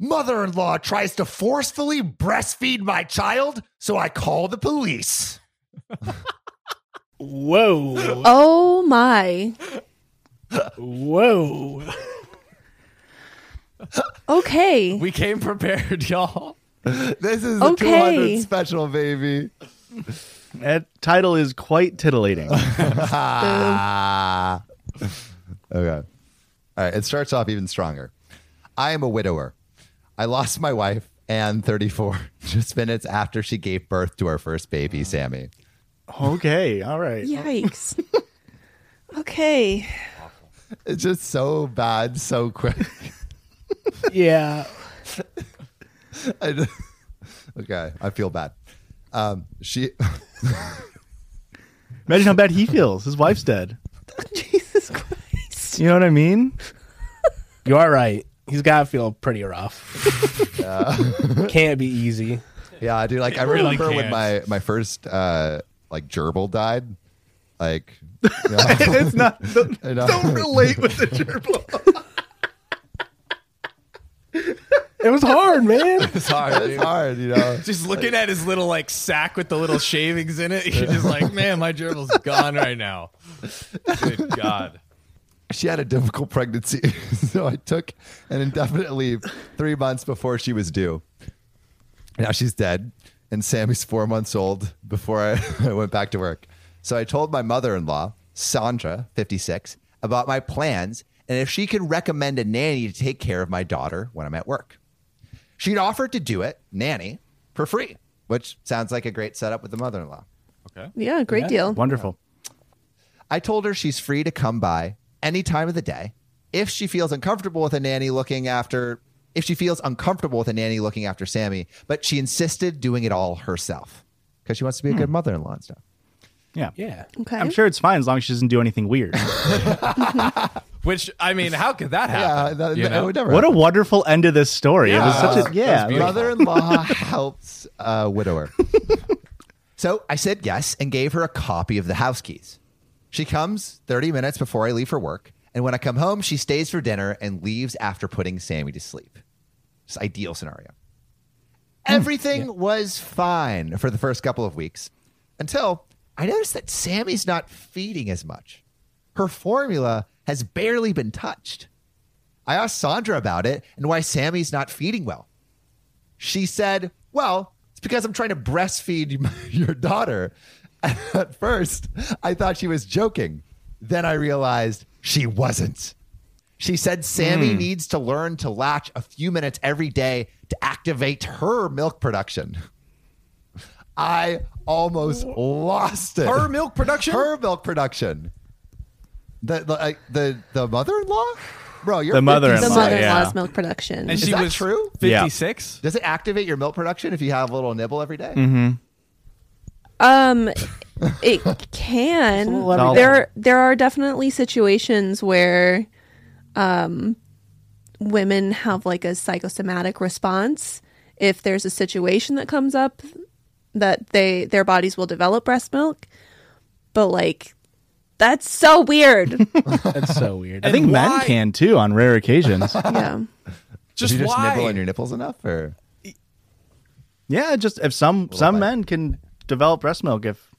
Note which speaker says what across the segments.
Speaker 1: Mother in law tries to forcefully breastfeed my child, so I call the police.
Speaker 2: Whoa.
Speaker 3: Oh my.
Speaker 2: Whoa.
Speaker 3: Okay.
Speaker 4: We came prepared, y'all.
Speaker 1: This is the
Speaker 3: Okay.
Speaker 1: 200 special, baby.
Speaker 2: That title is quite titillating.
Speaker 1: Ah. okay. All right. It starts off even stronger. I am a widower. I lost my wife, Anne, 34, just minutes after she gave birth to our first baby, Sammy.
Speaker 2: okay. All right.
Speaker 3: Yikes. Okay.
Speaker 1: It's just so bad, so quick.
Speaker 2: Yeah.
Speaker 1: I just- okay. I feel bad. Um, she.
Speaker 2: Imagine how bad he feels. His wife's dead.
Speaker 3: Jesus Christ.
Speaker 2: You know what I mean?
Speaker 5: You are right. He's got to feel pretty rough. Can't be easy.
Speaker 1: Yeah, I do. Like I
Speaker 4: really
Speaker 1: remember when
Speaker 4: can't.
Speaker 1: my my first uh like gerbil died. Like, you know,
Speaker 2: it's not. Don't,
Speaker 1: I know.
Speaker 2: don't relate with the gerbil.
Speaker 5: It was hard, man.
Speaker 4: Sorry,
Speaker 1: it's
Speaker 4: dude.
Speaker 1: hard, you know.
Speaker 4: Just looking at his little like sack with the little shavings in it, you're just like, man, my gerbil's gone right now. Good God.
Speaker 1: She had a difficult pregnancy, so I took an indefinite leave three months before she was due. Now she's dead, and Sammy's four months old before I, I went back to work. So I told my mother in law, Sandra, 56, about my plans and if she can recommend a nanny to take care of my daughter when I'm at work. She'd offered to do it, nanny, for free, which sounds like a great setup with the mother in law.
Speaker 4: Okay.
Speaker 3: Yeah, great deal.
Speaker 2: Wonderful.
Speaker 1: I told her she's free to come by any time of the day if she feels uncomfortable with a nanny looking after if she feels uncomfortable with a nanny looking after Sammy, but she insisted doing it all herself because she wants to be a good mother-in-law and stuff.
Speaker 2: Yeah.
Speaker 5: Yeah.
Speaker 3: Okay.
Speaker 2: I'm sure it's fine as long as she doesn't do anything weird.
Speaker 4: Which I mean, how could that happen?
Speaker 1: Yeah, that,
Speaker 4: uh, You
Speaker 1: that- I
Speaker 4: know?
Speaker 1: would never.
Speaker 2: what a wonderful end to this story. it was such a yeah.
Speaker 4: beautiful.
Speaker 1: mother-in-law helps a widower. so I said yes and gave her a copy of the house keys. She comes 30 minutes before I leave for work, and when I come home, she stays for dinner and leaves after putting Sammy to sleep. It's ideal scenario. Everything was fine for the first couple of weeks until I noticed that Sammy's not feeding as much. Her formula has barely been touched. I asked Sandra about it and why Sammy's not feeding well. She said, Well, it's because I'm trying to breastfeed my- your daughter. At first, I thought she was joking. Then I realized she wasn't. She said Sammy needs to learn to latch a few minutes every day to activate her milk production. I almost lost it.
Speaker 4: Her milk production?
Speaker 1: Her milk production. The the like, the, the mother-in-law? Bro, you're
Speaker 2: The mother-in-law.
Speaker 3: the
Speaker 1: 56.
Speaker 3: mother in law's
Speaker 2: yeah.
Speaker 3: milk production.
Speaker 4: and
Speaker 1: Is
Speaker 4: she
Speaker 1: that
Speaker 4: was
Speaker 1: true?
Speaker 2: Yeah.
Speaker 4: 56?
Speaker 1: Does it activate your milk production if you have a little nibble every day?
Speaker 3: Um, it can.
Speaker 2: every day.
Speaker 3: there, there are definitely situations where, um, women have like a psychosomatic response. If there's a situation that comes up, that they their bodies will develop breast milk, but like, that's so weird.
Speaker 5: That's so weird.
Speaker 2: I think men
Speaker 4: why-
Speaker 2: can too on rare occasions.
Speaker 3: yeah.
Speaker 1: Do
Speaker 4: Just
Speaker 1: you just
Speaker 4: why?
Speaker 1: nibble on your nipples enough, or
Speaker 2: yeah, just if some some
Speaker 1: bite.
Speaker 2: men can develop breast milk if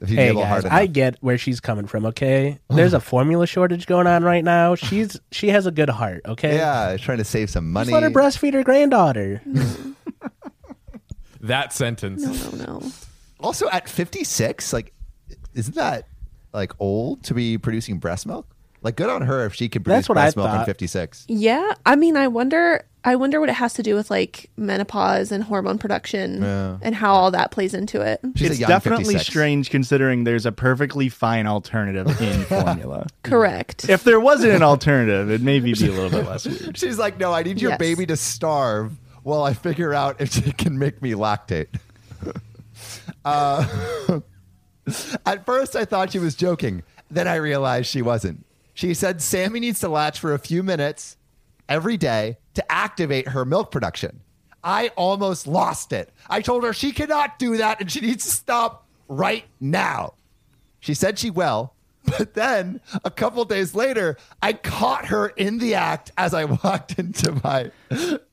Speaker 1: if you
Speaker 5: Hey
Speaker 1: nibble
Speaker 5: guys,
Speaker 1: hard
Speaker 5: I
Speaker 1: enough?
Speaker 5: get where she's coming from. Okay, there's a formula shortage going on right now. She's she has a good heart. Okay,
Speaker 1: yeah, trying to save some money.
Speaker 5: Just let her breastfeed her granddaughter.
Speaker 4: That sentence.
Speaker 3: No, no, no.
Speaker 1: also, at fifty six, like, isn't that like old to be producing breast milk? Like, good on her if she can produce
Speaker 5: That's what I
Speaker 1: breast milk at
Speaker 5: thought.
Speaker 1: fifty six.
Speaker 3: Yeah, I mean, I wonder. I wonder what it has to do with like menopause and hormone production and how all that plays into it.
Speaker 1: She's
Speaker 2: it's
Speaker 1: a young
Speaker 2: definitely
Speaker 1: 56.
Speaker 2: strange considering there's a perfectly fine alternative in formula.
Speaker 3: Correct.
Speaker 2: if there wasn't an alternative, it'd maybe be a little bit less weird.
Speaker 1: She's like, no, I need your
Speaker 3: Yes.
Speaker 1: baby to starve while I figure out if she can make me lactate. uh, at first, I thought she was joking. Then I realized she wasn't. She said Sammy needs to latch for a few minutes every day to activate her milk production. I almost lost it. I told her she cannot do that and she needs to stop right now. She said she will, But then a couple days later, I caught her in the act as I walked into my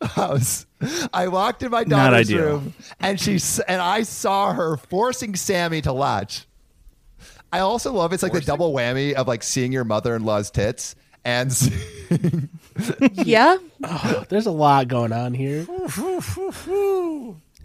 Speaker 1: house. I walked in my daughter's
Speaker 2: ideal.
Speaker 1: room and she s- and I saw her forcing Sammy to latch. I also love it's like the double whammy of like seeing your mother-in-law's tits and seeing-
Speaker 3: yeah.
Speaker 5: There's a lot going on here.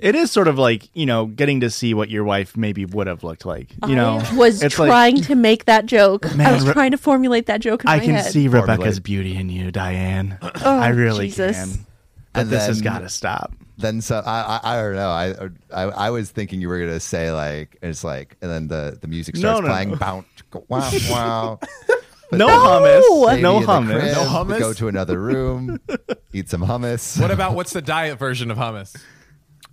Speaker 2: It is sort of like, you know, getting to see what your wife maybe would have looked like. You know,
Speaker 3: I was
Speaker 2: it's like,
Speaker 3: trying to make that joke. I
Speaker 2: Man,
Speaker 3: was
Speaker 2: Re-
Speaker 3: trying to formulate that joke in
Speaker 2: I
Speaker 3: my
Speaker 2: can
Speaker 3: head. Oh,
Speaker 2: see Rebecca's
Speaker 1: Formulate.
Speaker 2: beauty in you, Diane. I really
Speaker 3: Jesus.
Speaker 2: can. But
Speaker 1: And
Speaker 2: this has
Speaker 1: then-
Speaker 2: got to stop.
Speaker 1: then so I, I I don't know I, I I was thinking you were gonna say like it's like and then the the music
Speaker 2: No,
Speaker 1: starts
Speaker 2: no,
Speaker 1: playing
Speaker 2: no.
Speaker 1: bounce wow wow
Speaker 2: No, hummus.
Speaker 1: Baby
Speaker 2: No
Speaker 1: in the crib,
Speaker 2: hummus.
Speaker 4: hummus?
Speaker 1: go to another room eat some hummus
Speaker 4: What about what's the diet version of hummus?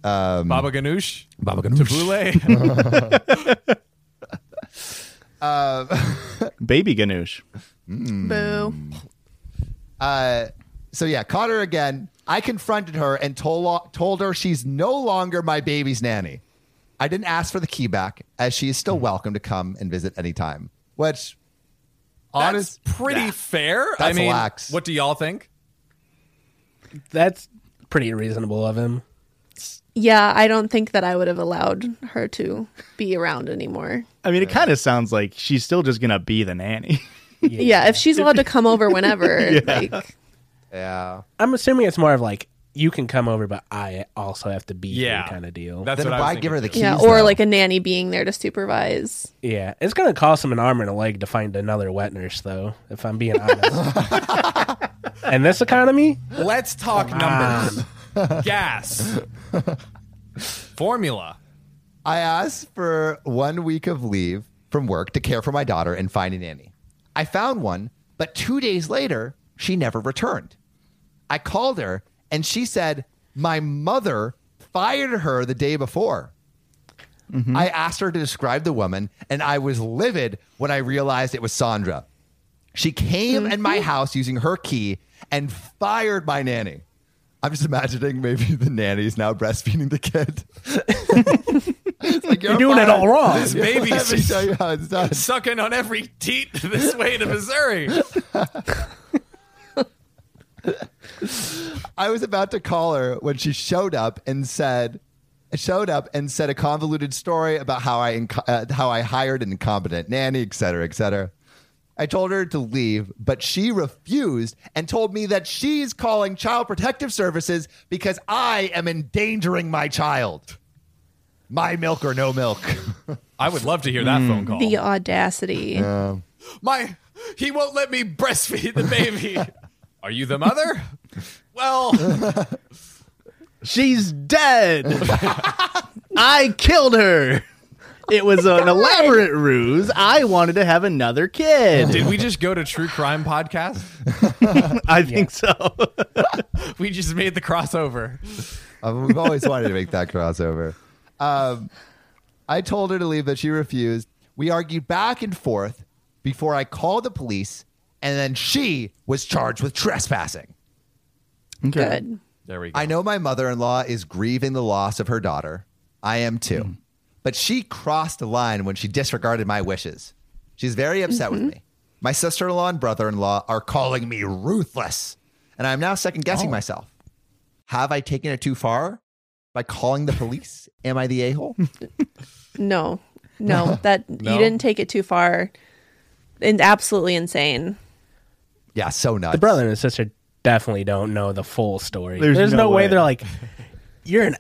Speaker 4: Um, Baba ganoush,
Speaker 1: Baba ganoush.
Speaker 4: tabbouleh.
Speaker 2: Baby ganoush.
Speaker 3: Boo.
Speaker 2: Mm.
Speaker 1: uh so yeah caught her again I confronted her and told told her she's no longer my baby's nanny I didn't ask for the key back as she is still welcome to come and visit anytime which
Speaker 4: Hmm. That's
Speaker 1: honest
Speaker 4: pretty fair. I
Speaker 1: That's
Speaker 4: mean,
Speaker 1: lax.
Speaker 4: what do y'all think?
Speaker 5: That's pretty reasonable of him.
Speaker 3: Yeah, I don't think that I would have allowed her to be around anymore.
Speaker 2: I mean, it kind of sounds like she's still just going to be the nanny.
Speaker 3: Yeah, if she's allowed to come over whenever, like
Speaker 1: yeah
Speaker 5: I'm assuming it's more of like you can come over, but I also have to be
Speaker 4: Yeah.
Speaker 5: here kind of deal.
Speaker 4: That's
Speaker 1: then
Speaker 4: what I was
Speaker 1: why
Speaker 4: thinking
Speaker 1: give her the
Speaker 4: too.
Speaker 1: keys
Speaker 3: yeah, or
Speaker 1: though?
Speaker 3: like a nanny being there to supervise.
Speaker 5: yeah, it's gonna cost him an arm and a leg to find another wet nurse, though. If I'm being honest, in this economy,
Speaker 4: Let's talk numbers. Gas. Formula.
Speaker 1: I asked for one week of leave from work to care for my daughter and find a nanny. I found one, but two days later, she never returned. I called her and she said, My mother fired her the day before.
Speaker 5: Mm-hmm.
Speaker 1: I asked her to describe the woman, and I was livid when I realized it was Sandra. She came in
Speaker 5: Mm-hmm.
Speaker 1: my house using her key and fired my nanny. I'm just imagining maybe the nanny's now breastfeeding the kid. It's like,
Speaker 5: you're doing it all
Speaker 1: fired."
Speaker 5: wrong.
Speaker 4: This baby
Speaker 1: Let me show you how it's done.
Speaker 4: sucking on every teat this way to Missouri.
Speaker 1: I was about to call her when she showed up and said, showed up and said a convoluted story about how I inco- uh, how I hired an incompetent nanny, et cetera, et cetera. I told her to leave, but she refused and told me that she's calling Child Protective Services because I am endangering my child. My milk or no milk.
Speaker 4: I would love to hear that phone call.
Speaker 3: The audacity.
Speaker 4: My, he won't let me breastfeed the baby. Are you the mother? Well,
Speaker 2: She's dead. I killed her. It was an elaborate ruse. I wanted to have another kid.
Speaker 4: did we just go to true crime podcast?
Speaker 2: I think so.
Speaker 4: We just made the crossover.
Speaker 1: Um, we've always wanted to make that crossover. Um, I told her to leave, but she refused. We argued back and forth before I called the police, and then she was charged with trespassing.
Speaker 3: Good.
Speaker 4: There we go.
Speaker 1: I know my mother in law is grieving the loss of her daughter. I am too. But she crossed the line when she disregarded my wishes. She's very upset with me. My sister in law and brother in law are calling me ruthless, and I'm now second guessing myself. Have I taken it too far by calling the police? am I the a hole?
Speaker 3: No. No, that
Speaker 4: No.
Speaker 3: you didn't take it too far. And absolutely insane.
Speaker 1: Yeah, so nuts.
Speaker 5: the brother and the sister definitely don't know the full story.
Speaker 2: There's
Speaker 5: There's,
Speaker 2: no
Speaker 5: no, way.
Speaker 2: way.
Speaker 5: they're like, you're an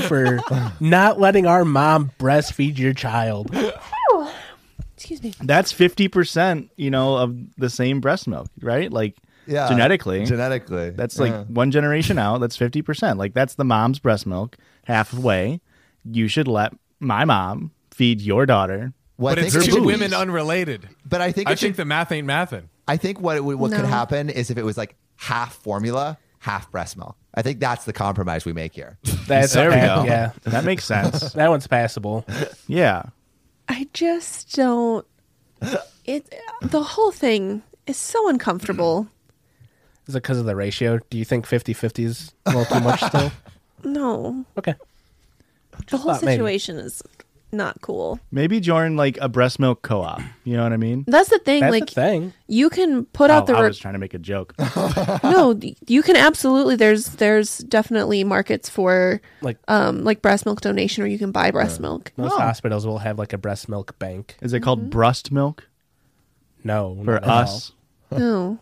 Speaker 5: for not letting our mom breastfeed your child.
Speaker 3: Excuse me.
Speaker 2: That's 50%, you know, of the same breast milk, right? Like
Speaker 1: Yeah.
Speaker 2: genetically.
Speaker 1: Genetically.
Speaker 2: that's like
Speaker 1: Yeah.
Speaker 2: one generation out, that's 50%. Like that's the mom's breast milk halfway. You should let my mom feed your daughter.
Speaker 1: Well, I
Speaker 4: but it's
Speaker 1: think
Speaker 4: two
Speaker 1: it should-
Speaker 4: women unrelated.
Speaker 1: But I think
Speaker 4: I
Speaker 1: it should-
Speaker 4: think the math ain't mathin'.
Speaker 1: I think what it would, what could
Speaker 3: No.
Speaker 1: happen is if it was like half formula, half breast milk. I think that's the compromise we make here.
Speaker 5: That's
Speaker 2: There we go.
Speaker 5: Yeah.
Speaker 2: That makes sense.
Speaker 5: That one's passable.
Speaker 2: Yeah.
Speaker 3: I just don't it the whole thing is so uncomfortable.
Speaker 5: Is it because of the ratio? Do you think 50 50 is a little too much still?
Speaker 3: No.
Speaker 5: Okay.
Speaker 3: The whole
Speaker 5: thought maybe.
Speaker 3: situation is not cool.
Speaker 2: Maybe join like a breast milk co-op. You know what I mean?
Speaker 3: That's the thing.
Speaker 5: That's
Speaker 3: like
Speaker 5: a thing.
Speaker 3: you can put
Speaker 2: Oh,
Speaker 3: out the
Speaker 2: I
Speaker 3: re-
Speaker 2: was trying to make a joke.
Speaker 3: no. You can absolutely. There's there's definitely markets for
Speaker 5: Like
Speaker 3: um like breast milk donation, or you can buy breast milk.
Speaker 5: most hospitals will have like a breast milk bank.
Speaker 2: Is it called breast milk
Speaker 5: No,
Speaker 2: for
Speaker 5: not at all.
Speaker 2: us?
Speaker 3: No,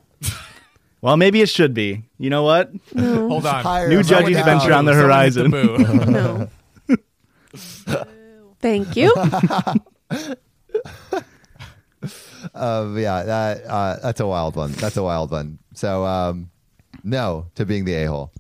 Speaker 2: Well, maybe it should be. You know what?
Speaker 4: Hold on.
Speaker 1: Hire
Speaker 2: New
Speaker 1: him. Someone
Speaker 2: judges
Speaker 1: get
Speaker 2: venture
Speaker 1: out.
Speaker 2: on the
Speaker 4: Someone hit
Speaker 2: horizon.
Speaker 4: boo.
Speaker 3: no. Thank you.
Speaker 1: Uh, yeah, that, uh, that's a wild one. That's a wild one. So, um, no to being the a hole.